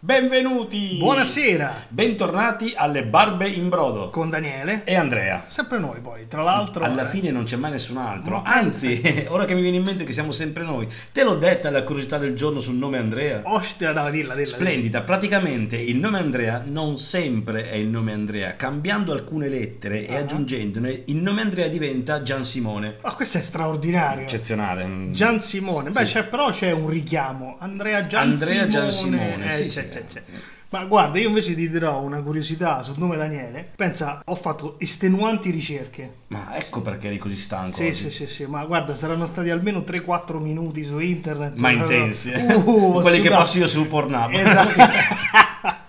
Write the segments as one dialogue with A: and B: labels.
A: benvenuti!
B: Buonasera
A: Bentornati alle Barbe in Brodo
B: con Daniele.
A: e Andrea.
B: Sempre noi poi, tra l'altro.
A: Alla
B: eh,
A: fine non c'è mai nessun altro,
B: No.
A: anzi, ora che mi viene in mente che siamo sempre noi, te l'ho detta la curiosità del giorno sul nome Andrea?
B: Ostia, no, dilla, dilla.
A: Splendida, praticamente il nome Andrea non sempre è il nome Andrea, cambiando alcune lettere e
B: Ah.
A: aggiungendone, il nome Andrea diventa Gian Simone.
B: Ma questo è straordinario.
A: Eccezionale. mm.
B: Gian Simone. Beh,
A: Sì.
B: c'è- però c'è un richiamo. Andrea Gian
A: Andrea
B: Simone.
A: Gian Simone,
B: Eh,
A: sì,
B: c'è,
A: sì.
B: c'è, c'è. Ma guarda, io invece ti dirò una curiosità sul nome Daniele. Pensa, ho fatto estenuanti ricerche.
A: Ma ecco perché eri così stanco.
B: Sì,
A: oggi.
B: sì, sì, sì, ma guarda, saranno stati almeno 3-4 minuti su internet.
A: Ma
B: Proprio-
A: intensi, eh.
B: Uh, ho
A: quelli che
B: sudato.
A: passo io su Pornhub.
B: Esatto.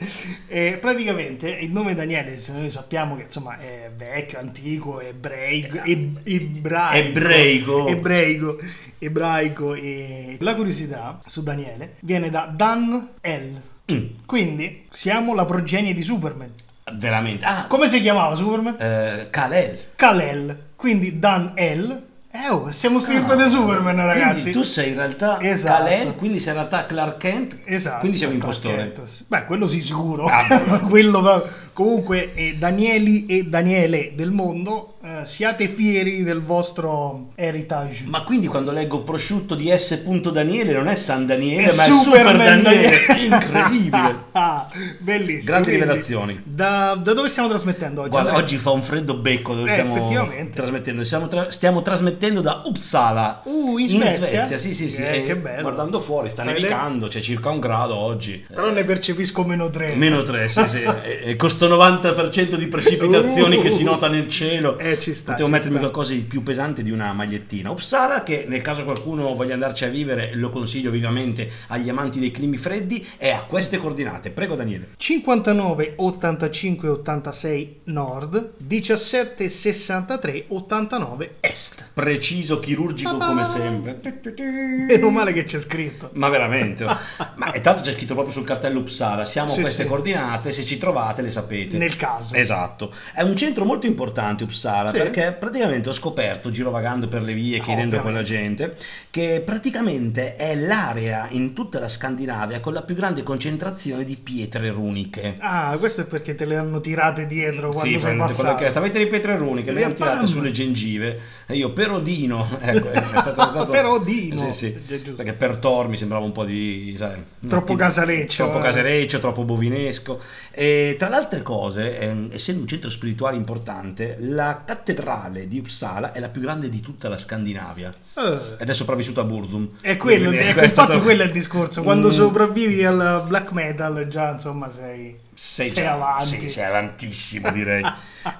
B: Eh, praticamente il nome Daniele, se noi sappiamo che insomma è vecchio, antico, ebraico, eb-
A: Eh, Ebraico.
B: ebraico, ebraico, ebraico e la curiosità su Daniele viene da Dan El.
A: Mm,
B: Quindi siamo la progenie di Superman.
A: veramente. Ah,
B: Come si chiamava Superman?
A: eh, Kalel.
B: Kalel, quindi Dan El. Eh, oh, siamo stirpe di Superman, ragazzi.
A: Quindi tu sei in realtà
B: Esatto.
A: Kalel, quindi sei in realtà Clark Kent,
B: Esatto.
A: quindi siamo
B: Clark
A: impostore.
B: Kent. Beh, quello sì, sicuro. Cioè,
A: Ah, beh.
B: Quello proprio. Comunque, eh, Danieli e Daniele del mondo, eh, siate fieri del vostro heritage.
A: Ma quindi quando leggo prosciutto di S. Daniele non è San Daniele,
B: È
A: ma è Super
B: Superman
A: Daniele.
B: Daniele.
A: Incredibile.
B: Bellissimo.
A: Grandi
B: Quindi,
A: rivelazioni.
B: Da, da dove stiamo trasmettendo oggi?
A: Guarda,
B: Andrea?
A: oggi fa un freddo becco dove
B: Eh,
A: stiamo
B: effettivamente.
A: trasmettendo. Siamo tra- stiamo trasmettendo da Uppsala.
B: Uh, in Svezia?
A: sì, sì, sì.
B: Eh,
A: E
B: che bello.
A: Guardando fuori, sta
B: Vedi?
A: nevicando, c'è circa un grado oggi.
B: Però ne percepisco meno tre.
A: Meno 3, sì, sì. E- e con sto 90% di precipitazioni
B: Uh.
A: che si nota nel cielo.
B: Eh, ci sta,
A: Potevo
B: ci
A: mettermi
B: sta.
A: qualcosa di più pesante di una magliettina. Uppsala, che nel caso qualcuno voglia andarci a vivere, lo consiglio vivamente agli amanti dei climi freddi, è a queste coordinate. Prego Daniele.
B: 59 85 86 nord 17 63 89 est
A: Preciso, chirurgico come sempre.
B: meno male che c'è scritto
A: Ma veramente? Ma e tanto c'è scritto proprio sul cartello Uppsala, siamo a
B: Sì,
A: queste
B: sì.
A: coordinate, se ci trovate le sapete.
B: nel caso
A: Esatto, è un centro molto importante Uppsala
B: Sì. Ah,
A: perché praticamente ho scoperto, girovagando per le vie, chiedendo a quella gente, che praticamente è l'area in tutta la Scandinavia con la più grande concentrazione di pietre runiche.
B: ah questo è perché te le hanno tirate dietro quando
A: Sì,
B: sei
A: prendete quella
B: passato
A: che avete le pietre runiche, le
B: Le
A: hanno tirate
B: pam!
A: sulle gengive e io perodino, ecco, è stato, è stato-
B: Perodino,
A: sì, sì,
B: è giusto.
A: perché per Tor mi sembrava un po' di, sai, un
B: Troppo
A: attimo-
B: casareccio,
A: troppo
B: eh.
A: casareccio, troppo bovinesco. E tra le altre cose, ehm, essendo un centro spirituale importante, la cattedrale di Uppsala è la più grande di tutta la Scandinavia.
B: Eh,
A: Ed è sopravvissuta a Burzum.
B: è quello
A: Quindi,
B: ecco,
A: è
B: infatti
A: stato-
B: quello è il discorso quando
A: Mm.
B: sopravvivi al black metal già insomma sei
A: Sei, già-
B: avanti Ah.
A: sì, sei avantissimo, direi.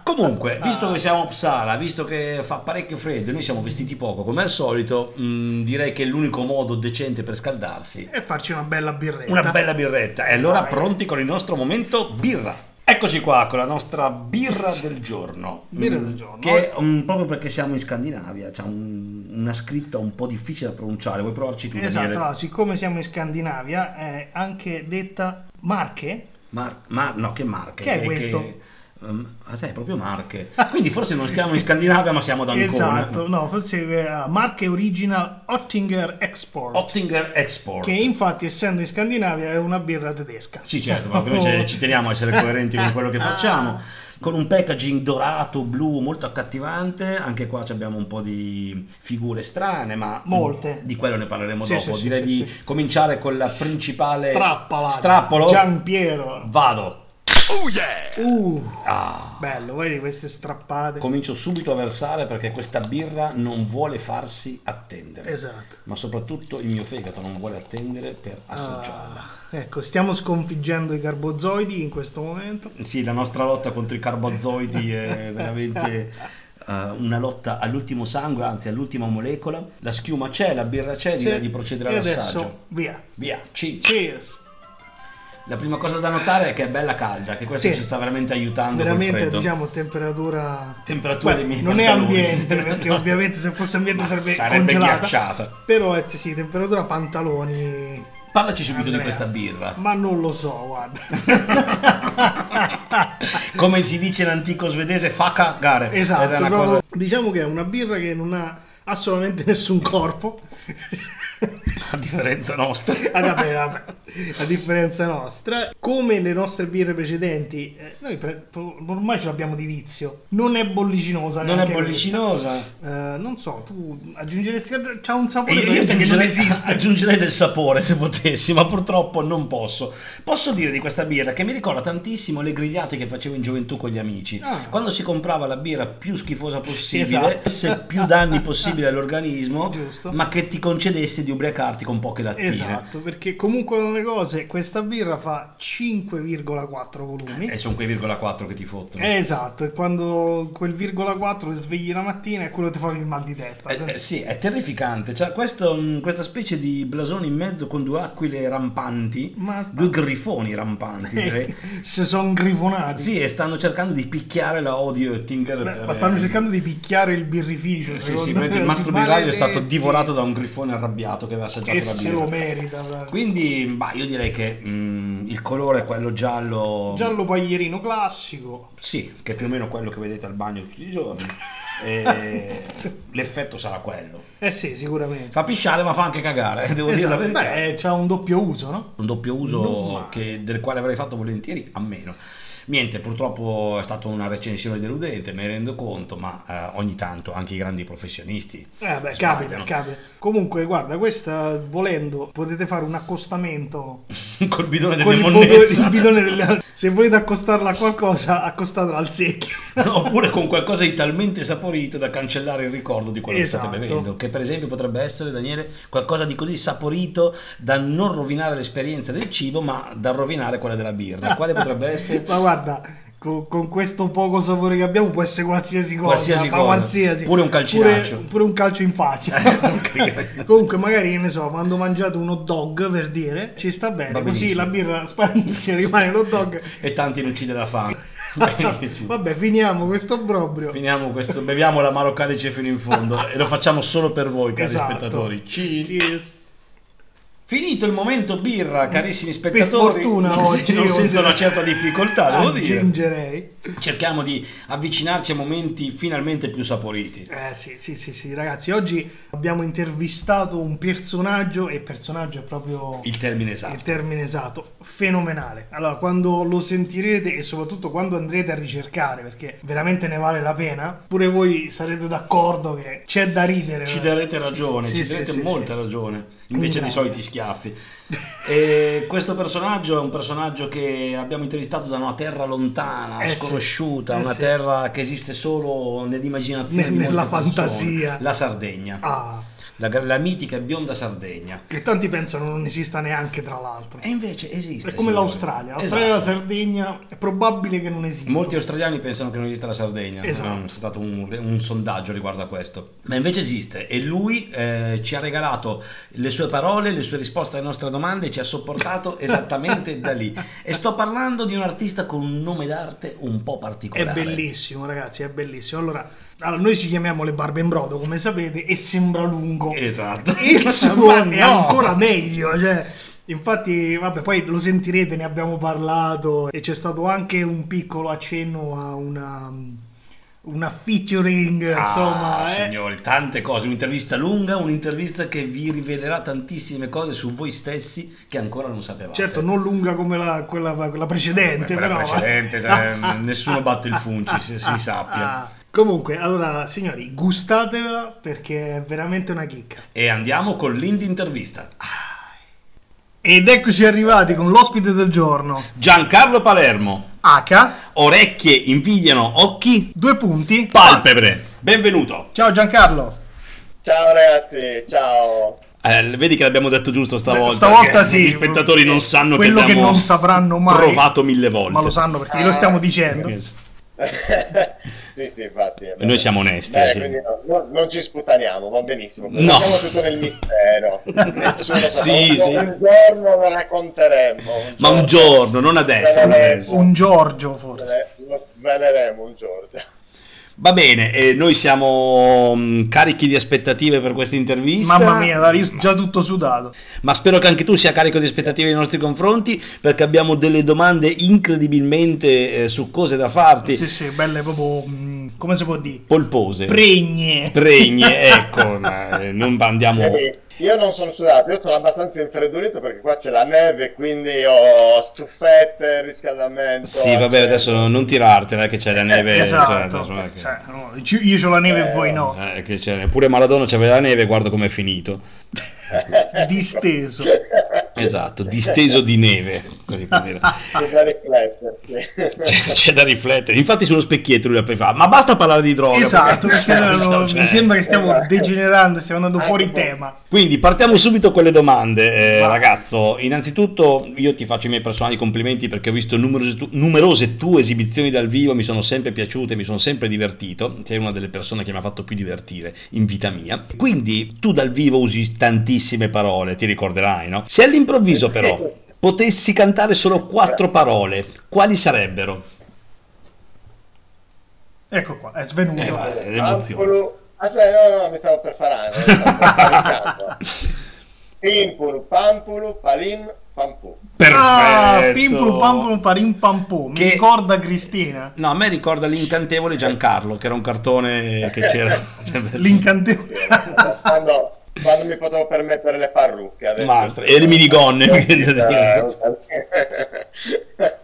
A: Comunque, visto che siamo a Uppsala, visto che fa parecchio freddo e noi siamo vestiti poco, come al solito, mh, direi che l'unico modo decente per scaldarsi
B: e farci una bella birretta
A: una bella birretta. E allora
B: Vai.
A: pronti con il nostro momento birra. Eccoci qua con la nostra birra del giorno.
B: Birra
A: Mm,
B: del giorno.
A: Che mm, proprio perché siamo in Scandinavia, c'è un- una scritta un po' difficile da pronunciare. Vuoi provarci tu,
B: esatto
A: Daniele?
B: allora, siccome siamo in Scandinavia è anche detta Marche
A: Mar- ma- no, che marche?
B: Che è questo?
A: ehm, ah, sai, proprio marche. Quindi forse non stiamo in Scandinavia, ma siamo ad Ancona.
B: Esatto, no, forse eh, Marche Original Ottinger Export,
A: Ottinger Export.
B: che infatti essendo in Scandinavia è una birra tedesca.
A: Sì, certo, ma noi
B: Oh.
A: ci- ci teniamo a essere coerenti con
B: Ah.
A: quello che facciamo. Con un packaging dorato, blu, molto accattivante, anche qua ci abbiamo un po' di figure strane, ma
B: Molte.
A: di quello ne parleremo
B: Sì,
A: dopo.
B: sì,
A: Direi
B: sì,
A: di
B: sì,
A: cominciare con la principale
B: Trappola.
A: strappolo.
B: Giampiero.
A: Vado.
B: Uh,
A: Ah,
B: bello, vedi queste strappate.
A: comincio subito a versare perché questa birra non vuole farsi attendere.
B: esatto. Ah.
A: Ma soprattutto il mio fegato non vuole attendere per assaggiarla.
B: Ecco, stiamo sconfiggendo i carbozoidi in questo momento.
A: Sì, la nostra lotta contro i carbozoidi è veramente eh, una lotta all'ultimo sangue, anzi all'ultima molecola. La schiuma c'è, la birra c'è, direi di procedere
B: e
A: all'assaggio.
B: adesso via.
A: Via, ci.
B: Cheers.
A: La prima cosa da notare è che è bella calda, che questo
B: Sì.
A: ci sta veramente aiutando col
B: Veramente
A: freddo.
B: diciamo temperatura
A: Temperatura
B: Beh,
A: dei miei
B: non è
A: pantaloni.
B: ambiente perché ovviamente se fosse ambiente
A: Ma
B: sarebbe,
A: sarebbe
B: congelata,
A: ghiacciata.
B: però è sì, temperatura pantaloni
A: Parlaci subito
B: Andrea.
A: di questa birra.
B: Ma non lo so, guarda.
A: Come si dice in antico svedese, fa cagare. Ed è
B: esatto,
A: una
B: proprio-
A: cosa-
B: diciamo che è una birra che non ha assolutamente nessun corpo.
A: a differenza nostra.
B: Ah, vabbè, vabbè. A differenza nostra, come le nostre birre precedenti, eh, noi pre- ormai ce l'abbiamo di vizio. Non è bollicinosa.
A: Non è
B: neanche
A: bollicinosa.
B: questa. Eh, non so, tu aggiungeresti che c'ha un
A: E
B: sapore
A: io
B: veramente che non
A: aggiungerei-
B: esiste.
A: aggiungerei del sapore se potessi, ma purtroppo non posso. Posso dire di questa birra che mi ricorda tantissimo le grigliate che facevo in gioventù con gli amici.
B: Ah.
A: Quando si comprava la birra più schifosa possibile,
B: Esatto.
A: facesse più danni possibile all'organismo,
B: Giusto.
A: ma che ti concedesse di ubriacarti con poche lattine.
B: Esatto, perché comunque una delle cose, questa birra fa 5,4 volumi.
A: E sono quei virgola 4 che ti fottono.
B: Eh, Esatto, e quando quel virgola 4 ti svegli la mattina è quello che ti fa il mal di testa.
A: Eh, eh, sì, è terrificante. C'ha questo, mh, questa specie di blasone in mezzo con due aquile rampanti,
B: Ma-
A: due grifoni rampanti, direi.
B: Se sono grifonati.
A: Sì, e stanno cercando di picchiare la Odio Oettinger.
B: Beh,
A: per- eh,
B: ma stanno cercando di picchiare il birrificio.
A: Sì,
B: secondo
A: sì,
B: me,
A: praticamente il mastro
B: maledetti.
A: birraio è stato divorato da un grifone arrabbiato che aveva assaggiato
B: E
A: la
B: se
A: birra.
B: lo merita. dai.
A: Quindi, bah, io direi che mh, il colore è quello giallo.
B: Giallo paglierino classico.
A: Sì, che è più o meno quello che vedete al bagno tutti i giorni. E l'effetto sarà quello.
B: Eh sì, sicuramente.
A: Fa pisciare, ma fa anche cagare, eh, devo dire la
B: Esatto.
A: verità.
B: Beh, c'ha un doppio uso, no?
A: un doppio
B: Non
A: uso
B: male.
A: che- del quale avrei fatto volentieri a meno. Niente, purtroppo è stata una recensione deludente, me ne rendo conto, ma eh, ogni tanto anche i grandi professionisti.
B: Eh beh, capita,
A: sbagliano.
B: capita. Comunque, guarda, questa volendo potete fare un accostamento
A: Col bidone
B: con
A: delle
B: il, bodo- il
A: monnezze.
B: bidone delle... Se volete accostarla a qualcosa, accostatela al secchio.
A: Oppure con qualcosa di talmente saporito da cancellare il ricordo di quello che
B: Esatto.
A: state bevendo. Che per esempio potrebbe essere, Daniele, qualcosa di così saporito da non rovinare l'esperienza del cibo, ma da rovinare quella della birra. Quale potrebbe essere?
B: Ma guarda, co- con, questo poco sapore che abbiamo può essere qualsiasi cosa,
A: Qualsiasi
B: ma
A: cosa.
B: qualsiasi.
A: Pure un calcinaccio.
B: Pure, pure un calcio in faccia.
A: Ok.
B: Comunque magari, che ne so, quando ho mangiato un hot dog, per dire, ci sta
A: Va
B: bene, così
A: benissimo.
B: la birra sparisce, rimane l'hot dog.
A: e tanti non uccide la fame. Benissimo.
B: Vabbè, finiamo questo obbrobrio.
A: Finiamo questo, beviamo l'amaro calice fino in fondo e lo facciamo solo per voi, cari
B: Esatto.
A: spettatori. Ci-
B: Cheers.
A: Finito il momento birra, carissimi
B: Per
A: spettatori.
B: fortuna
A: non,
B: oggi
A: non
B: io
A: senza
B: se-
A: una certa difficoltà, Ah, devo dire.
B: Aggiungerei.
A: Cerchiamo di avvicinarci a momenti finalmente più saporiti.
B: Eh sì, sì, sì, sì, ragazzi, oggi abbiamo intervistato un personaggio e personaggio è proprio
A: Il termine
B: il
A: esatto.
B: termine esatto, fenomenale. Allora, quando lo sentirete e soprattutto quando andrete a ricercare, perché veramente ne vale la pena, pure voi sarete d'accordo che c'è da ridere.
A: Ci darete ragione,
B: Sì,
A: ci
B: sì,
A: darete
B: sì,
A: molta
B: sì.
A: ragione, invece dei
B: grande.
A: soliti schiaffi. e questo personaggio è un personaggio che abbiamo intervistato da una terra lontana,
B: Eh sì.
A: sconosciuta,
B: Eh
A: una
B: sì.
A: terra che esiste solo nell'immaginazione.
B: Ne-
A: di molte
B: nella
A: persone.
B: fantasia.
A: La Sardegna,
B: Ah,
A: la, la mitica e bionda Sardegna.
B: che tanti pensano non esista neanche, tra l'altro.
A: E invece esiste.
B: È come
A: signori.
B: l'Australia, l'Australia e
A: Eh, Esatto.
B: la Sardegna è probabile che non esista.
A: Molti australiani pensano che non esista la Sardegna,
B: Esatto.
A: Eh, c'è stato un, un sondaggio riguardo a questo, ma invece esiste e lui eh, ci ha regalato le sue parole, le sue risposte alle nostre domande, ci ha sopportato esattamente da lì. E sto parlando di un artista con un nome d'arte un po'
B: È
A: particolare.
B: bellissimo, ragazzi, è bellissimo. Allora, allora, noi ci chiamiamo le barbe in brodo, come sapete, e sembra lungo.
A: Esatto.
B: Il suo
A: Ma
B: è
A: no!
B: ancora meglio, cioè, Infatti, vabbè, poi lo sentirete, ne abbiamo parlato e c'è stato anche un piccolo accenno a una, una featuring,
A: Ah,
B: insomma, eh.
A: signori, tante cose, un'intervista lunga, un'intervista che vi rivelerà tantissime cose su voi stessi che ancora non sapevate.
B: certo non lunga come la, quella, quella precedente,
A: Quella
B: però
A: precedente, cioè, nessuno batte il Funcis, si sappia.
B: Ah, Comunque, allora, signori, gustatevela perché è veramente una chicca.
A: E andiamo con l'indie intervista.
B: Ed eccoci arrivati con l'ospite del giorno,
A: Giancarlo Palermo.
B: H,
A: Orecchie invidiano occhi,
B: due punti.
A: palpebre. Benvenuto.
B: Ciao Giancarlo.
C: Ciao ragazzi, ciao.
A: Eh, vedi che l'abbiamo detto giusto stavolta.
B: Stavolta
A: che
B: sì. eh,
A: Gli spettatori non sanno
B: Quello che
A: abbiamo
B: non sapranno mai.
A: provato mille volte.
B: Ma lo sanno perché glielo stiamo dicendo.
C: sì, sì, infatti.
A: E noi siamo onesti.
C: Bene,
A: sì.
C: quindi no, no- non ci sputaniamo, va benissimo.
A: No.
C: Facciamo tutto nel mistero. Nessuno sa.
A: Sì,
C: un,
A: sì.
C: un giorno lo racconteremo.
A: Ma un giorno, non adesso. non adesso.
B: Un Giorgio forse.
C: Lo sveleremo un giorno.
A: Va bene, eh, noi siamo mh, carichi di aspettative per questa intervista.
B: Mamma mia, guarda, io sono già tutto sudato.
A: ma spero che anche tu sia carico di aspettative nei nostri confronti perché abbiamo delle domande incredibilmente eh, succose da farti,
B: Sì, sì, belle proprio, mm, come si può dire?
A: polpose,
B: Pregne.
A: pregne, ecco, ma, eh, non andiamo...
C: Eh, Io non sono sudato, io sono abbastanza infreddolito perché qua c'è la neve, quindi ho stufette, riscaldamento.
A: Sì, vabbè, adesso non tirartela eh, che c'è la neve. cioè,
B: cioè, eh, esatto.
A: adesso non è che-
B: Cioè, no, ci- io ho la neve e voi no.
A: eh, che c'è- Pure Maradona c'aveva la neve, guarda com'è finito. Eh.
B: Disteso.
A: Esatto, disteso di neve. così per dire.
C: C'è da rifletterci.
A: C'è da riflettere. Infatti sullo specchietto lui la fa, ma basta parlare di droga.
B: Esatto,
A: perché-
B: perché no,
A: cioè-
B: mi sembra che stiamo
C: Esatto.
B: degenerando, stiamo andando
C: Ecco
B: fuori
C: poi.
B: tema.
A: Quindi partiamo subito con le domande, eh,
B: Vai.
A: ragazzo. Innanzitutto io ti faccio i miei personali complimenti perché ho visto numerose, tu- numerose tue esibizioni dal vivo, mi sono sempre piaciute, mi sono sempre divertito. Sei una delle persone che mi ha fatto più divertire in vita mia. Quindi tu dal vivo usi tantissime parole, ti ricorderai, no? Se
B: Eh,
A: all'improvviso però potessi cantare solo quattro parole, quali sarebbero?
B: Ecco qua, è svenuto.
A: Eh, vai. l'emozione.
C: Ampulu... Aspetta, Ah, no, no, mi stavo preparando. mi stavo preparando. Pimpulu, pampulu, palin, pampu.
B: Ah, pimpul pampul parim pampù. Mi
D: Che-
B: ricorda Cristina.
D: No, a me ricorda l'incantevole Giancarlo, che era un cartone che c'era.
A: Cioè,
B: L'incantevole.
C: Quando, quando mi potevo permettere le parrucche adesso. Eh,
A: Ma altre- e le minigonne, mi viene da dire.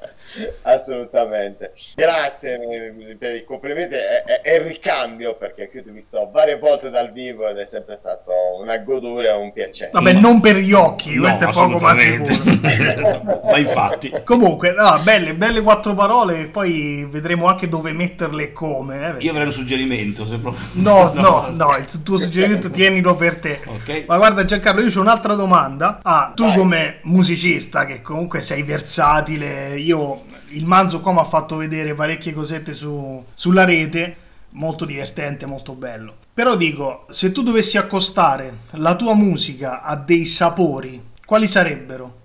C: Assolutamente, grazie eh, per i complimenti e, e- e il ricambio perché qui ti ho visto varie volte dal vivo ed è sempre stato una godura e un piacere.
B: Vabbè,
A: Ma-
B: non per gli occhi, questo è poco ma
A: assolutamente. Certo.
B: sicuro.
A: ma infatti.
B: Comunque, no, belle, belle quattro parole, e poi vedremo anche dove metterle e come. eh, perché-
D: Io avrei un suggerimento, se proprio...
B: No, no, no, il tuo suggerimento tienilo per te.
D: Ok.
B: Ma guarda Giancarlo, io ho un'altra domanda. Ah, tu
C: Vai.
B: come musicista, che comunque sei versatile, io il Manzo qua mi ha fatto vedere parecchie cosette su- sulla rete, molto divertente, molto bello. Però dico, se tu dovessi accostare la tua musica a dei sapori, quali sarebbero?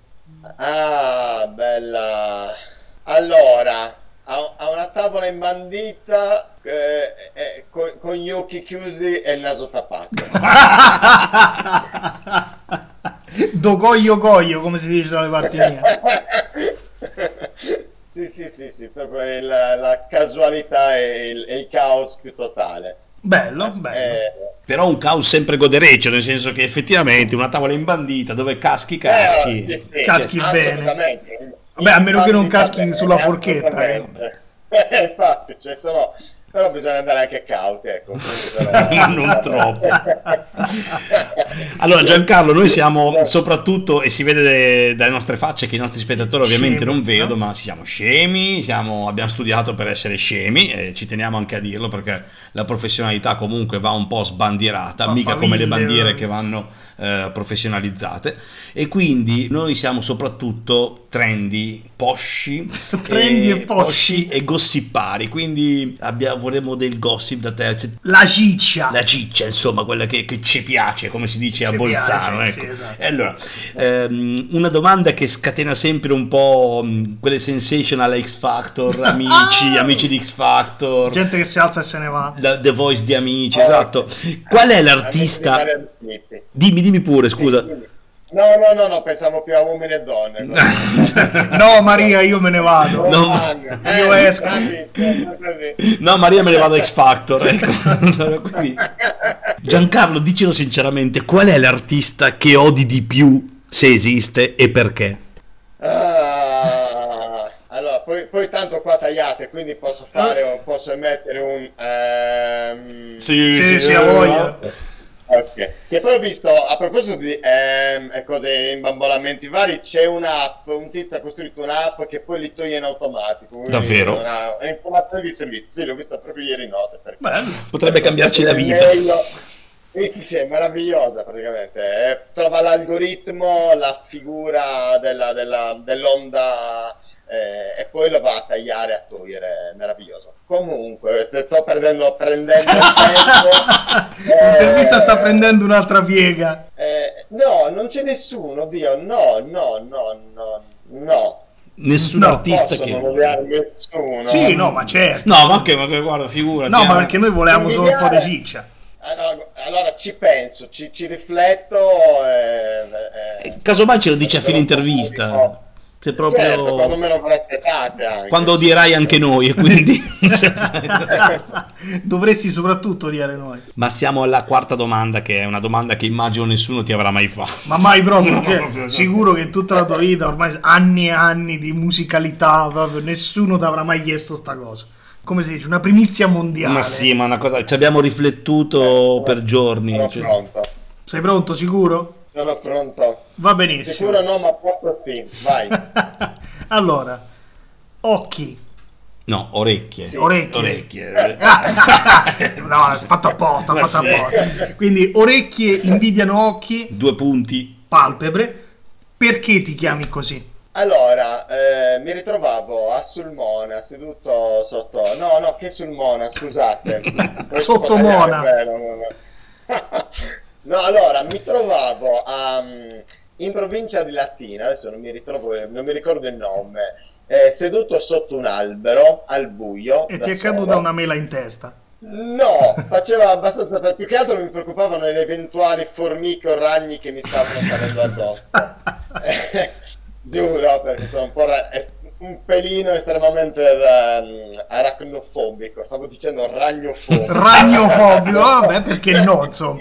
C: Ah, bella. Allora, ha, ha una tavola imbandita eh, eh, con, con gli occhi chiusi e il naso tappato.
B: Dogoglio goglio, come si dice dalle parti mie.
C: Sì, sì, sì, sì, proprio il- la casualità e il, e il caos più totale.
B: Bello, bello.
C: Eh,
A: Però un caos sempre godereccio, nel senso che effettivamente una tavola imbandita dove caschi caschi.
C: eh, sì, sì,
B: Caschi bene.
C: assolutamente.
B: Vabbè, a meno che non
C: Imbandita
B: caschi
C: bene,
B: sulla forchetta,
C: assolutamente. Eh, infatti, cioè, sono- però bisogna andare anche cauti, ecco.
A: Ma non troppo. Allora Giancarlo, noi siamo soprattutto, e si vede dalle nostre facce che i nostri spettatori ovviamente
B: Scemi,
A: non vedo,
B: no?
A: ma siamo scemi, siamo- abbiamo studiato per essere scemi, e ci teniamo anche a dirlo perché la professionalità comunque va un po' sbandierata,
B: Fa
A: mica come le
B: faville,
A: bandiere
B: veramente.
A: che vanno eh, professionalizzate. E quindi noi siamo soprattutto trendy, posci,
B: Trendy e posci.
A: e gossipari, quindi abbiamo, vorremmo del gossip da te, Cioè,
B: La ciccia.
A: la ciccia, insomma, quella che, che ci piace, come si dice a
B: Ci
A: Bolzano.
B: piace,
A: ecco.
B: sì, esatto.
A: E allora, ehm, una domanda che scatena sempre un po' mh, quelle sensational X Factor, amici,
B: Ah!
A: amici di X Factor,
B: Gente che si alza e se ne va.
A: la- The Voice di Amici,
C: Eh,
A: esatto. Qual è
C: Artista.
B: Eh,
A: l'artista? Dimmi, dimmi pure, scusa.
C: No, no, no, no, pensavo più a uomini e donne.
B: No, Maria, io me ne vado.
A: No,
C: ma-
B: io esco.
C: infatti, sempre Eh, così.
A: No, Maria me ne vado a X Factor, ecco. Allora, quindi- Giancarlo, dicelo sinceramente, qual è l'artista che odi di più, se esiste, e perché?
C: Ah, allora, poi, poi tanto qua tagliate, quindi posso fare, posso emettere un... ehm,
B: Sì, sì, eh, sì, a voglia.
C: ok. Che poi ho visto, a proposito di ehm, e cose imbambolamenti vari, c'è un'app, un tizio ha costruito un'app che poi li toglie in automatico. quindi
A: Davvero?
C: è una- È informazione di servizio, sì, l'ho vista proprio ieri notte. perché-
B: Bello.
A: Potrebbe cambiarci la vita.
C: Bello. Eh Sì, sì, sì, è meravigliosa praticamente. Eh, trova l'algoritmo, la figura della- della- dell'onda eh, e poi lo va a tagliare, a togliere. È meraviglioso. Comunque, st- sto perdendo, prendendo tempo. Eh,
B: L'intervista sta prendendo un'altra piega.
C: eh, no, non c'è nessuno, Dio. No, no, no, no, no.
A: Nessun
B: No,
A: artista
C: Posso
A: che...
C: non odiare nessuno.
B: Sì, no, ma certo.
A: No, ma ok, ma che- guarda, figurati.
B: No,
A: eh.
B: ma perché noi volevamo solo un po' di
C: Invidiare.
B: ciccia.
C: Allora, Eh, allora ci penso, ci, ci rifletto. eh, eh,
A: Casomai ce lo dice a fine intervista.
E: Se proprio...
C: Certo, quando me lo presentate anche.
E: Quando odierai anche noi, e quindi...
B: Dovresti soprattutto dire noi.
E: Ma siamo alla quarta domanda, che è una domanda che immagino nessuno ti avrà mai fatto.
B: Ma mai proprio, cioè, sicuro che tutta la tua vita, ormai anni e anni di musicalità, proprio nessuno ti avrà mai chiesto sta cosa. Come si dice, una primizia mondiale.
E: Ma sì, ma è una cosa... Ci abbiamo
C: Eh,
E: riflettuto per giorni.
C: Sono
E: cioè.
C: pronto.
B: Sei pronto, sicuro?
C: Sono pronto.
B: Va benissimo.
C: Sicuro no, ma poco sì. Vai.
B: allora, occhi.
E: No, orecchie.
C: Sì. Eh.
B: Orecchie.
E: Orecchie.
B: no, è Ah, fatto apposta, è
E: Ma
B: fatto
E: sì.
B: apposta. Quindi orecchie invidiano occhi,
E: Due punti.
B: palpebre. Perché ti chiami così?
C: Allora, eh, mi ritrovavo a Sulmona, seduto sotto... No, no, che Sulmona, scusate. Questo
B: Sotto
C: può tagliare,
B: Mona.
C: bello, no, no. No, allora, mi trovavo a, in provincia di Latina, adesso non mi, ritrovo, non mi ricordo il nome, eh, seduto sotto un albero, al buio.
B: E
C: da
B: ti è
C: solo.
B: caduta una mela in testa.
C: No, faceva abbastanza... per- Più che altro mi preoccupavano le eventuali formiche o ragni che mi stavano salendo addosso. Eh, Giuro, perché sono un po' ra- est- un pelino estremamente ehm, aracnofobico. Stavo dicendo ragnofobico.
B: Ragnofobico, vabbè, perché no, insomma.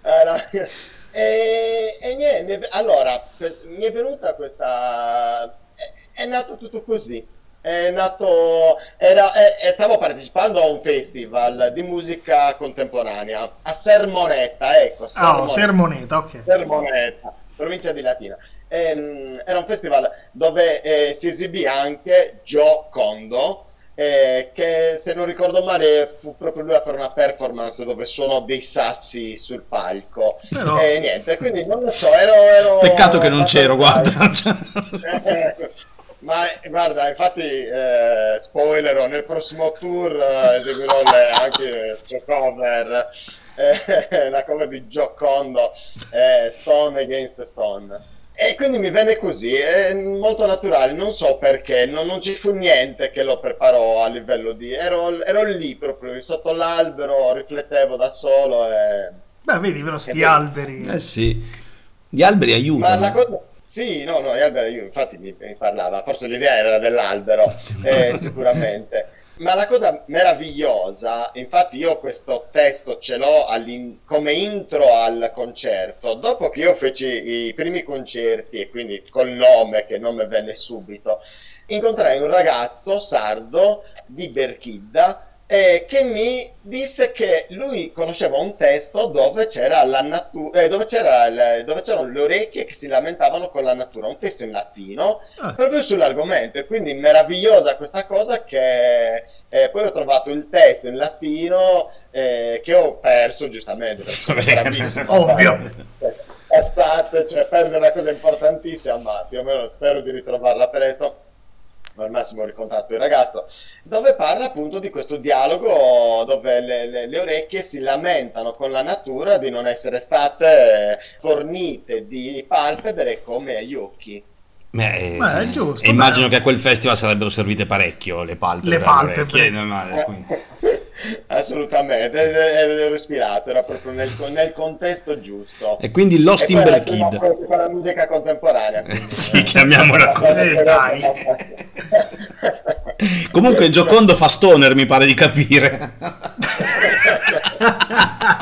C: Era- Eh, e, e niente, mi è ve- allora, que- mi è venuta questa... È, è nato tutto così. È nato... Era, e- e stavo partecipando a un festival di musica contemporanea a Sermonetta, ecco.
B: Ah, oh,
C: Sermonetta.
B: sermoneta, ok.
C: Sermoneta, provincia di Latina. Ehm, era un festival dove eh, si esibì anche Joe Kondo, eh, che se non ricordo male fu proprio lui a fare una performance dove suonò dei sassi sul palco.
B: Però-
C: E niente, quindi non lo so, ero... ero
E: Peccato che non c'ero,
C: abbastanza-
E: guarda.
C: Eh, Ma eh, guarda, infatti, eh, spoilerò, nel prossimo tour eh, eseguirò le- anche le sue cover, eh, la cover di Gio Kondo, eh, Stone Against Stone. E quindi mi venne così, è molto naturale, non so perché, non, non ci fu niente che lo preparò a livello di... Ero, ero lì proprio, sotto l'albero, riflettevo da solo e...
B: Beh, vedi, però sti
C: Eh,
B: alberi.
E: Eh sì. Gli alberi
C: Ma la
E: aiutano.
C: cosa... Sì, no, no, gli alberi, io infatti mi, mi parlava, forse l'idea era dell'albero, eh, sicuramente. Ma la cosa meravigliosa, infatti io questo testo ce l'ho all'in- come intro al concerto, dopo che io feci i primi concerti e quindi col nome, che non mi venne subito, incontrai un ragazzo sardo di Berchidda eh, che mi disse che lui conosceva un testo dove c'era la natu- eh, dove, c'era il- dove c'erano le orecchie che si lamentavano con la natura, un testo in latino
B: Ah.
C: proprio sull'argomento. E quindi meravigliosa questa cosa che eh, poi ho trovato il testo in latino eh, che ho perso giustamente. perché sono
E: Vabbè.
C: bravissimo a
B: Ovvio.
C: fare- a fare- Cioè, perdere una cosa importantissima, ma più o meno spero di ritrovarla presto al massimo ricontatto il ragazzo, dove parla appunto di questo dialogo dove le, le- le orecchie si lamentano con la natura di non essere state eh, fornite di palpebre come agli occhi.
E: Beh,
B: Ma è
E: eh,
B: giusto,
E: e immagino
B: beh.
E: che a quel festival sarebbero servite parecchio le palpebre.
B: Le palpebre.
E: all'orecchio, è normale, quindi.
C: Assolutamente, eh, eh, ero ispirato, era proprio nel, nel contesto giusto.
E: E quindi Lost
C: E poi
E: in
C: era
E: Berkid.
C: prima cosa con la musica contemporanea. quindi,
E: Sì,
C: eh,
E: chiamiamola
C: la
E: così.
C: cosa-
B: Dai.
E: Comunque Giocondo fa stoner, mi pare di capire.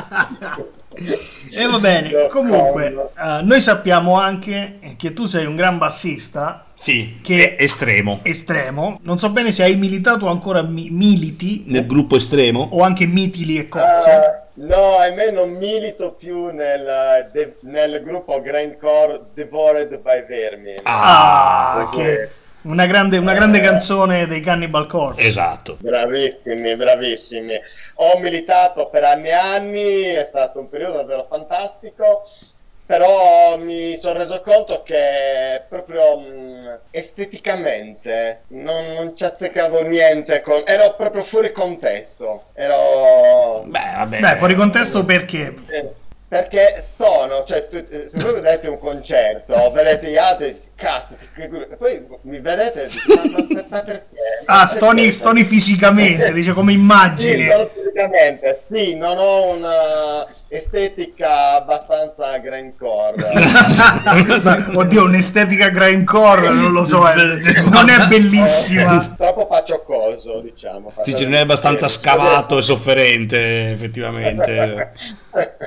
B: E va bene, comunque, eh, noi sappiamo anche che tu sei un gran bassista
E: sì,
B: Che-
E: che è estremo.
B: estremo. Non so bene se hai militato o ancora, mi- militi
E: Nel gruppo estremo?
B: o anche mitili e cozze.
C: Ah, no, ahimè non milito più nel, de- nel gruppo Grindcore Devored by Vermin.
B: Ah,
C: Perché-
B: che una grande, una grande
C: Eh.
B: canzone dei Cannibal Corpse.
E: Esatto.
C: Bravissimi, bravissimi. Ho militato per anni e anni, è stato un periodo davvero fantastico, però mi sono reso conto che proprio mh, esteticamente non, non ci azzeccavo niente, con- ero proprio fuori contesto, ero...
E: Beh, vabbè.
B: Beh, fuori contesto perché?
C: Eh, perché sono, cioè, tu- eh, se voi vedete un concerto, vedete gli altri, cazzo, che- che- poi mi vedete e dite, ma, ma- ma perché? Ma
B: Ah, stoni,
C: perché?
B: stoni fisicamente, dice come
C: Sì,
B: immagine.
C: sono fisicamente, sì, non ho una... estetica abbastanza grindcore.
B: Ma, oddio, un'estetica grindcore, non lo so, è- non è bellissima.
C: Eh, troppo facciocoso, diciamo.
E: Sì, cioè, non è abbastanza scavato e sofferente, effettivamente.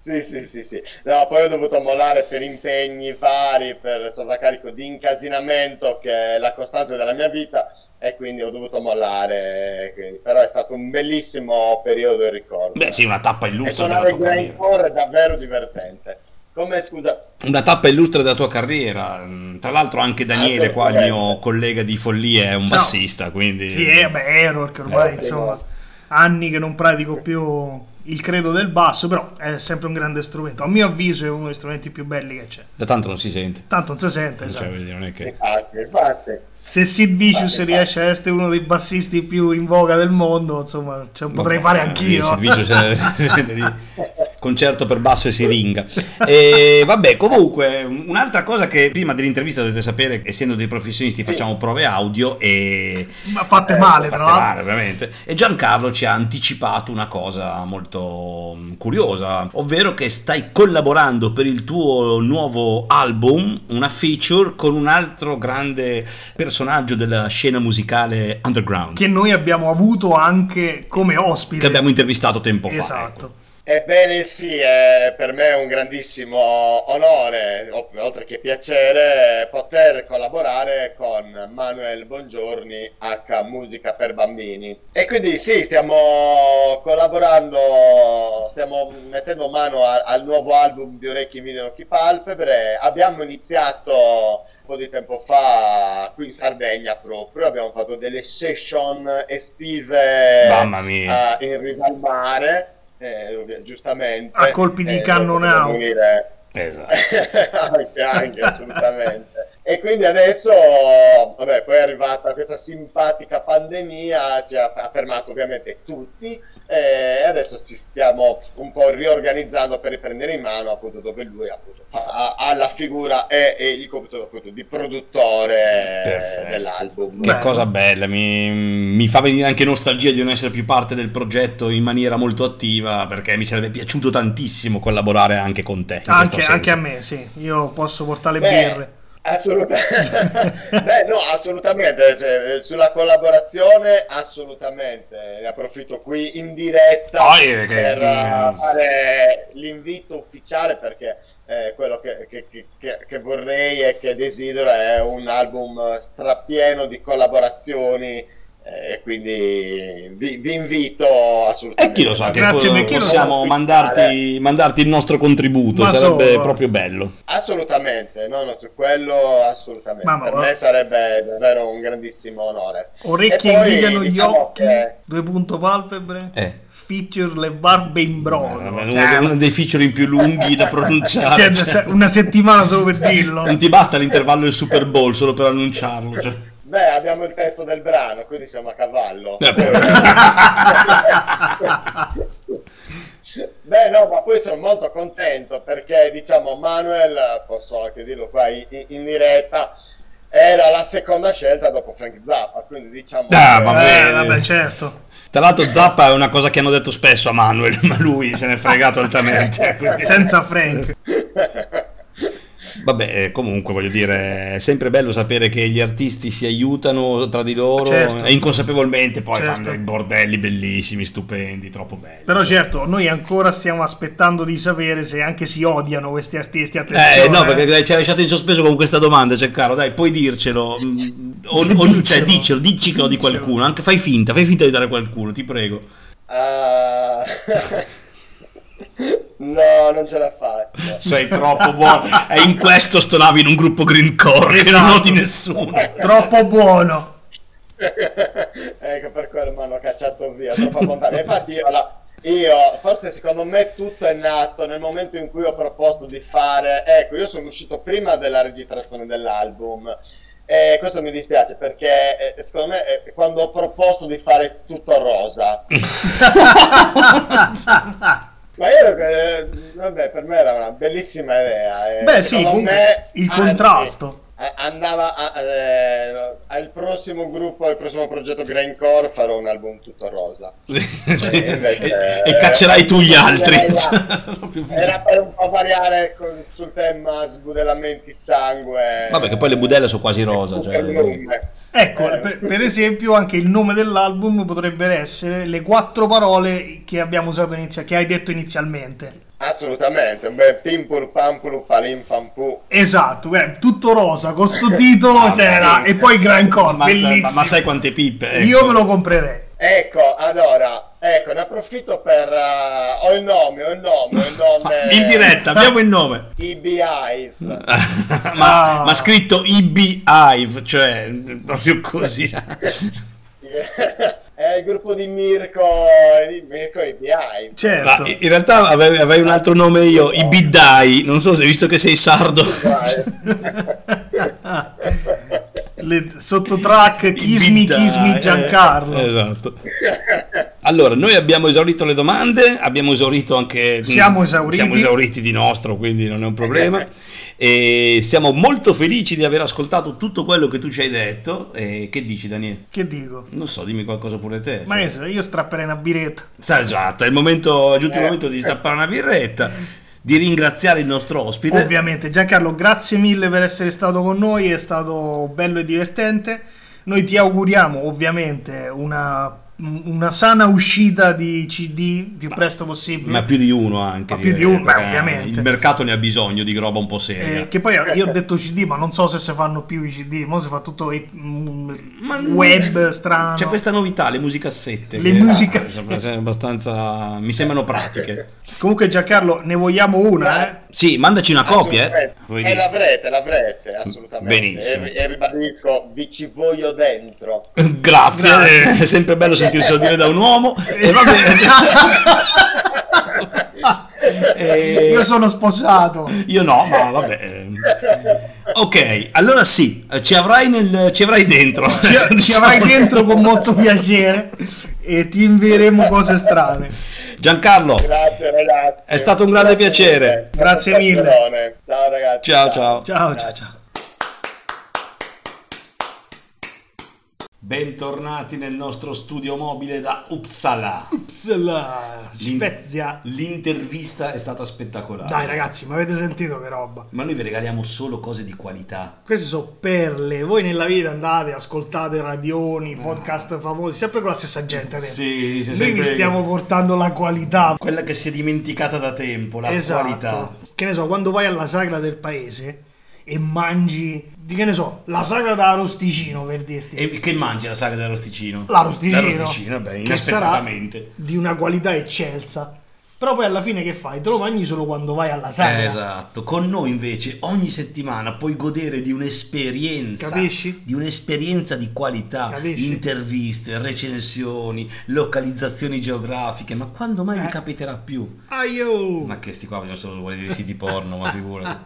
C: Sì, sì, sì, sì. No, poi ho dovuto mollare per impegni vari, per sovraccarico di incasinamento che è la costante della mia vita e quindi ho dovuto mollare. quindi- Però è stato un bellissimo periodo di ricordo.
E: Beh, sì, una tappa
C: e
E: illustre della
C: suonare
E: tua carriera.
C: grindcore è davvero divertente. Come, scusa,
E: Una tappa illustre della tua carriera. Mm, Tra l'altro anche Daniele, qua il mio collega di follie, è un bassista, quindi...
B: Sì, eh, beh, Error che ormai
C: Eh,
B: insomma
C: prego.
B: anni che non pratico più il credo del basso, però è sempre un grande strumento. A mio avviso è uno degli strumenti più belli che c'è.
E: Da tanto non si sente.
B: Tanto non si sente,
E: Cioè,
B: esatto.
E: voglio dire, non è che...
C: infatti, infatti.
B: Se Sid Vicious
C: Infatti,
B: riesce a essere uno dei bassisti più in voga del mondo, insomma, ce lo potrei fare
E: Vabbè,
B: anch'io.
E: il servizio c'è- siete lì. Concerto per basso e siringa. E vabbè, comunque, un'altra cosa che prima dell'intervista dovete sapere, essendo dei professionisti, facciamo prove audio e
B: Ma fatte
C: Eh,
B: male,
E: fatte
B: tra l'altro.
E: male, veramente. E Giancarlo ci ha anticipato una cosa molto mm, curiosa, ovvero che stai collaborando per il tuo nuovo album, una feature con un altro grande personaggio della scena musicale underground che,
B: Che noi abbiamo avuto anche come ospite.
E: abbiamo intervistato tempo fa. ecco.
B: Esatto.
C: Ebbene sì, è per me è un grandissimo onore, o- oltre che piacere, poter collaborare con Manuel Bongiorni H Musica per Bambini. E quindi sì, stiamo collaborando, stiamo mettendo mano a- al nuovo album di Orecchi Video Occhi Palpebre. Abbiamo iniziato un po' di tempo fa qui in Sardegna proprio, abbiamo fatto delle session estive
B: Eh,
E: Mamma mia.
C: a- in riva al mare, eh, ovvi- giustamente.
B: A colpi di
C: Eh,
B: cannonau.
C: devo dire-
B: eh,
E: Esatto.
C: anche, anche, assolutamente. E quindi adesso, vabbè, poi è arrivata questa simpatica pandemia, ci ha ha fermato ovviamente tutti eh, e adesso ci stiamo un po' riorganizzando per riprendere in mano appunto dove lui appunto, ha, ha la figura e, e il compito appunto di produttore eh,
E: Perfetto.
C: dell'album.
E: Che
B: Bello.
E: cosa bella, mi, mi fa venire anche nostalgia di non essere più parte del progetto in maniera molto attiva perché mi sarebbe piaciuto tantissimo collaborare anche con te. in questo
B: Anche,
E: senso.
B: anche a me, sì. Io posso portare le
C: Beh,
B: birre.
C: Assolutamente, Eh, Beh, no, assolutamente. se- sulla collaborazione, assolutamente. Ne approfitto qui in diretta
E: Ah, eh, che-
C: per
E: che-
C: eh, fare l'invito ufficiale perché eh, quello che, che- che- che- che vorrei e che desidero è un album strappieno di collaborazioni. eh, E quindi vi, vi invito
E: E
C: assolutamente.
E: chi lo sa, che
B: Grazie,
E: po-
B: ma chi lo sa?
E: possiamo mandarti, mandarti il nostro contributo,
B: Ma eh.
E: sarebbe
B: so-
E: proprio bello.
C: Assolutamente, no, no, su quello assolutamente.
B: Mamma,
C: per
B: guarda.
C: me sarebbe davvero un grandissimo onore.
B: Orecchie
C: E poi,
B: invidiano gli
C: diciamo
B: occhi.
C: che-
B: Due punto palpebre.
E: Eh.
B: Feature le barbe in
E: Uno,
B: brodo.
E: de- uno dei featuring più lunghi da pronunciare.
B: certo. Cioè,
E: cioè,
B: se- una settimana solo per dirlo.
E: non ti basta l'intervallo del Super Bowl solo per annunciarlo. cioè.
C: Beh, abbiamo il testo del brano, quindi siamo a cavallo.
E: Eh, beh,
C: Beh, no, ma poi sono molto contento perché, diciamo, Manuel, posso anche dirlo qua in, in diretta, era la seconda scelta dopo Frank Zappa, quindi diciamo...
E: Ah,
C: che-
E: vabbè.
B: Eh, vabbè, certo.
E: Tra l'altro Zappa è una cosa che hanno detto spesso a Manuel, ma lui se n'è fregato altamente. quindi-
B: Senza Frank.
E: Vabbè, eh, comunque voglio dire, è sempre bello sapere che gli artisti si aiutano tra di loro
B: Certo.
E: e inconsapevolmente poi
B: Certo.
E: fanno dei bordelli bellissimi, stupendi, troppo belli.
B: Però
E: insomma.
B: certo, noi ancora stiamo aspettando di sapere se anche si odiano questi artisti. Attenzione.
E: Eh, no, perché ci ha lasciato in sospeso con questa domanda, cioè, caro, dai, puoi dircelo. mm, O, o-
B: Eh, Diccelo.
E: cioè, diccelo, dici che lo di
B: Diccelo.
E: qualcuno, anche fai finta, fai finta di dare qualcuno, ti prego.
C: Ah. no, non ce la faccio.
E: Sei troppo buono. e in questo stonavi in un gruppo greencore che non
B: Esatto.
E: noti nessuno.
B: Troppo buono.
C: ecco per quello mi hanno cacciato via troppa montagna infatti io, la- io- forse secondo me tutto è nato nel momento in cui ho proposto di fare ecco io sono uscito prima della registrazione dell'album e questo mi dispiace perché eh, secondo me eh, quando ho proposto di fare tutto rosa Ma io, eh, vabbè, per me era una bellissima idea. eh.
B: Beh, sì,
C: Secondo
B: comunque
C: me-
B: il
C: Ah,
B: contrasto.
C: sì. A- Andava a- eh, al prossimo gruppo, al prossimo progetto Grindcore farò un album tutto rosa.
E: e,
C: Eh, invece-
E: e caccerai tu
C: eh,
E: gli altri.
C: Era per un po' variare con- sul tema sbudellamenti sangue. Ecco,
E: Vabbè, che poi le budelle sono quasi
C: eh,
E: rosa. Cioè,
C: Cuccarume.
B: Ecco,
C: Eh,
B: per, per esempio, anche il nome dell'album potrebbe essere le quattro parole che abbiamo usato inizia- che hai detto inizialmente.
C: Assolutamente, beh, pimpur pampur palim pampu.
B: Esatto, eh, tutto rosa con sto titolo c'era e poi Grindcore,
E: Eh, ma,
B: bellissimo.
E: ma- ma sai quante pippe? ecco.
B: Io me lo comprerei.
C: Ecco, allora, ecco, ne approfitto per... eh, ho il nome, ho il nome, ho il nome...
E: In diretta, abbiamo il nome.
C: EB Eyes.
E: ma, ma scritto IB Hive, cioè proprio così.
C: È il gruppo di Mirko, di Mirko EB Eyes.
B: Certo.
E: Ma Ah, in realtà avevi, avevi un altro nome io, Ibidai, non so se visto che sei sardo. Ah,
B: Le sottotrack Kiss Me,
E: Ibidai,
B: Kiss Me
E: eh,
B: Giancarlo.
E: esatto. Allora, noi abbiamo esaurito le domande, abbiamo esaurito anche...
B: Siamo
E: mm,
B: esauriti.
E: Siamo esauriti di nostro, quindi non è un problema. E siamo molto felici di aver ascoltato tutto quello che tu ci hai detto. E che dici, Daniele?
B: Che dico?
E: Non so, dimmi qualcosa pure te.
B: Ma io, io strapperei una biretta.
E: Sa, esatto, è il momento, è giunto il momento di stappare una birretta, di ringraziare il nostro ospite.
B: Ovviamente, Giancarlo, grazie mille per essere stato con noi, è stato bello e divertente. Noi ti auguriamo ovviamente una, una sana uscita di CD più presto possibile. Eh,
E: Ma più di uno anche.
B: Ma più
E: direi,
B: di uno, beh,
E: perché eh,
B: ovviamente.
E: Il mercato ne ha bisogno di roba un po' seria.
B: Eh, che poi io ho detto CD, ma non so se si fanno più i CD. Mo si fa tutto i- mm,
E: Ma- cioè,
B: web strano.
E: C'è questa novità, le musicassette.
B: Le
E: che,
B: musicassette.
E: ah, sono abbastanza... mi sembrano pratiche.
B: Comunque, Giancarlo, ne vogliamo una, eh?
E: Sì, mandaci
C: Ah,
E: una copia, eh.
C: Assolutamente.
E: Vuoi
C: E
E: dire?
C: l'avrete, l'avrete, assolutamente.
E: Benissimo.
C: E, e ribadisco, vi ci voglio dentro.
E: Grazie, è sempre bello sentirselo dire da un uomo. E va bene. Eh,
B: Io sono sposato.
E: Io no, ma vabbè. Ok, allora sì, ci avrai, nel, ci avrai dentro. Diciamo,
B: Ci, ci avrai dentro con molto piacere e ti invieremo cose strane.
E: Giancarlo,
C: Grazie ragazzi.
E: È stato un grande piacere.
C: mille.
B: Grazie
C: Grazie
B: mille.
C: mille. Ciao ragazzi.
E: ciao ciao.
B: Ciao, ciao, ciao.
A: Bentornati nel nostro studio mobile da Uppsala.
B: Psella,
A: L'in-
B: Spezia.
A: L'intervista è stata spettacolare.
B: Dai ragazzi, ma avete sentito che roba?
A: Ma noi vi regaliamo solo cose di qualità.
B: Queste sono perle. Voi nella vita andate, ascoltate radioni, podcast famosi, sempre con la stessa gente. dentro.
A: Sì, c'è
B: Noi vi
A: sempre-
B: stiamo portando la qualità.
A: Quella che si è dimenticata da tempo, la
B: Esatto.
A: qualità.
B: Che ne so, quando vai alla sagra del paese e mangi, di che ne so, la sagra da Rosticino per dirti.
A: E che mangi la saga dell'arosticino?
B: l'arosticino,
A: L'arosticino, beh,
B: che sarà
A: inaspettatamente.
B: di una qualità eccelsa. Però poi alla fine che fai? Te lo mangi solo quando vai alla sagra.
A: Eh, esatto, con noi invece ogni settimana puoi godere di un'esperienza,
B: Capisci?
A: di un'esperienza di qualità,
B: Capisci?
A: interviste, recensioni, localizzazioni geografiche, ma quando mai
B: Eh.
A: vi capiterà più?
B: Aio!
A: Ma che sti qua vogliono solo volere dire siti porno, ma figurati.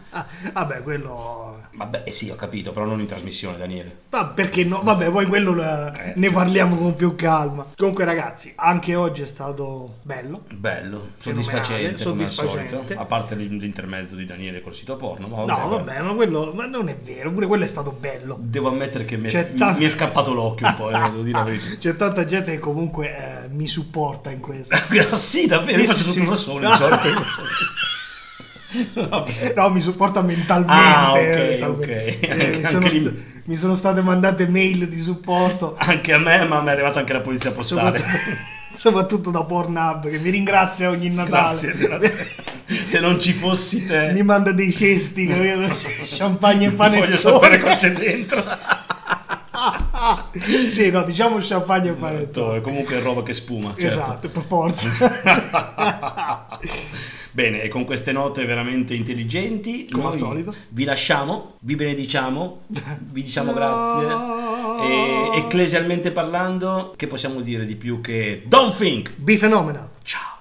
B: Vabbè, quello...
A: Vabbè, eh sì, ho capito, però non in trasmissione, Daniele.
B: Ma perché no? Vabbè, poi quello la-
A: Eh.
B: ne parliamo con più calma. Comunque ragazzi, anche oggi è stato bello.
A: Bello,
B: Fenomenale,
A: soddisfacente, come al
B: soddisfacente.
A: solito, a parte l- l'intermezzo di Daniele col sito porno, ma
B: No,
A: vabbè.
B: vabbè, ma quello ma non è vero, pure quello è stato bello.
A: Devo ammettere che mi è,
B: C'è
A: mi-
B: tanto-
A: mi è scappato l'occhio un po', eh, devo dire la verità.
B: C'è tanta gente che comunque eh, mi supporta in questo.
A: Ah, sì, davvero,
B: Sì,
A: io
B: sì,
A: faccio
B: sì.
A: tutto da solo di solito. io da solo. Vabbè.
B: No, mi supporta mentalmente.
A: Ah, ok,
B: mentalmente.
A: ok.
B: Eh,
A: Anche-
B: mi, sono
A: anche lì-
B: sta- mi sono state mandate mail di supporto,
A: Anche a me, ma mi è arrivata anche la polizia postale.
B: soprattutto, soprattutto da Pornhub, che mi ringrazia ogni Natale.
A: grazie, grazie. Se non ci fossi te,
B: Mi manda dei cesti, capito? champagne e panettone.
A: Eh. voglio sapere cosa c'è dentro.
B: sì, no, diciamo champagne e panettone.
A: Comunque è roba che spuma. certo.
B: Esatto, per forza.
A: Bene, e con queste note veramente intelligenti,
B: Come al
A: noi
B: solito.
A: vi lasciamo, vi benediciamo, vi diciamo
B: No.
A: grazie. E ecclesialmente parlando, che possiamo dire di più che don't think?
B: Bifenomena.
A: Ciao.